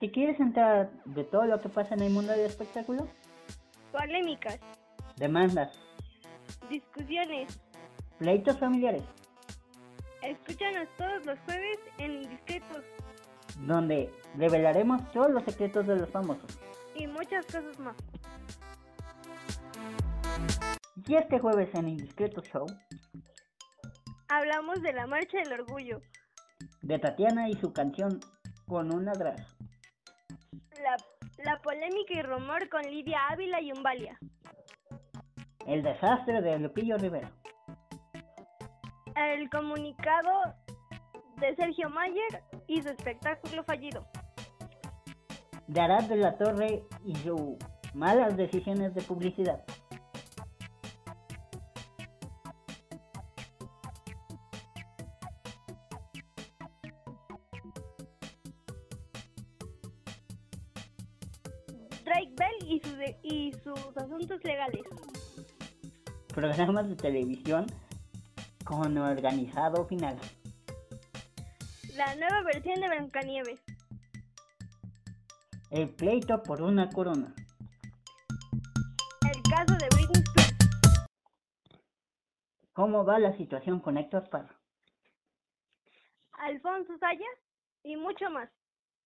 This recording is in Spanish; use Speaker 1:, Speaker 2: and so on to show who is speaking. Speaker 1: ¿Te quieres enterar de todo lo que pasa en el mundo del espectáculo?
Speaker 2: Polémicas,
Speaker 1: Demandas,
Speaker 2: discusiones.
Speaker 1: pleitos familiares,
Speaker 2: Escúchanos todos los jueves en Discretos
Speaker 1: donde revelaremos todos los secretos de los famosos.
Speaker 2: y muchas cosas más.
Speaker 1: Y este jueves en Indiscreto Show,
Speaker 2: Hablamos de la Marcha del Orgullo,
Speaker 1: de Tatiana y su canción Con una grasa.
Speaker 2: la, la polémica y rumor con Lidia Ávila y Umbalia,
Speaker 1: El desastre de Lupillo Rivera.
Speaker 2: el comunicado de Sergio Mayer y su espectáculo fallido.
Speaker 1: de Arad de la Torre y sus malas decisiones de publicidad.
Speaker 2: Drake Bell y, sus de- y sus asuntos legales.
Speaker 1: Programas de televisión con organizado final.
Speaker 2: La nueva versión de Blancanieves.
Speaker 1: El pleito por una corona.
Speaker 2: El caso de Britney Spears.
Speaker 1: ¿Cómo va la situación con Héctor Parra?
Speaker 2: Alfonso Sayas y mucho más.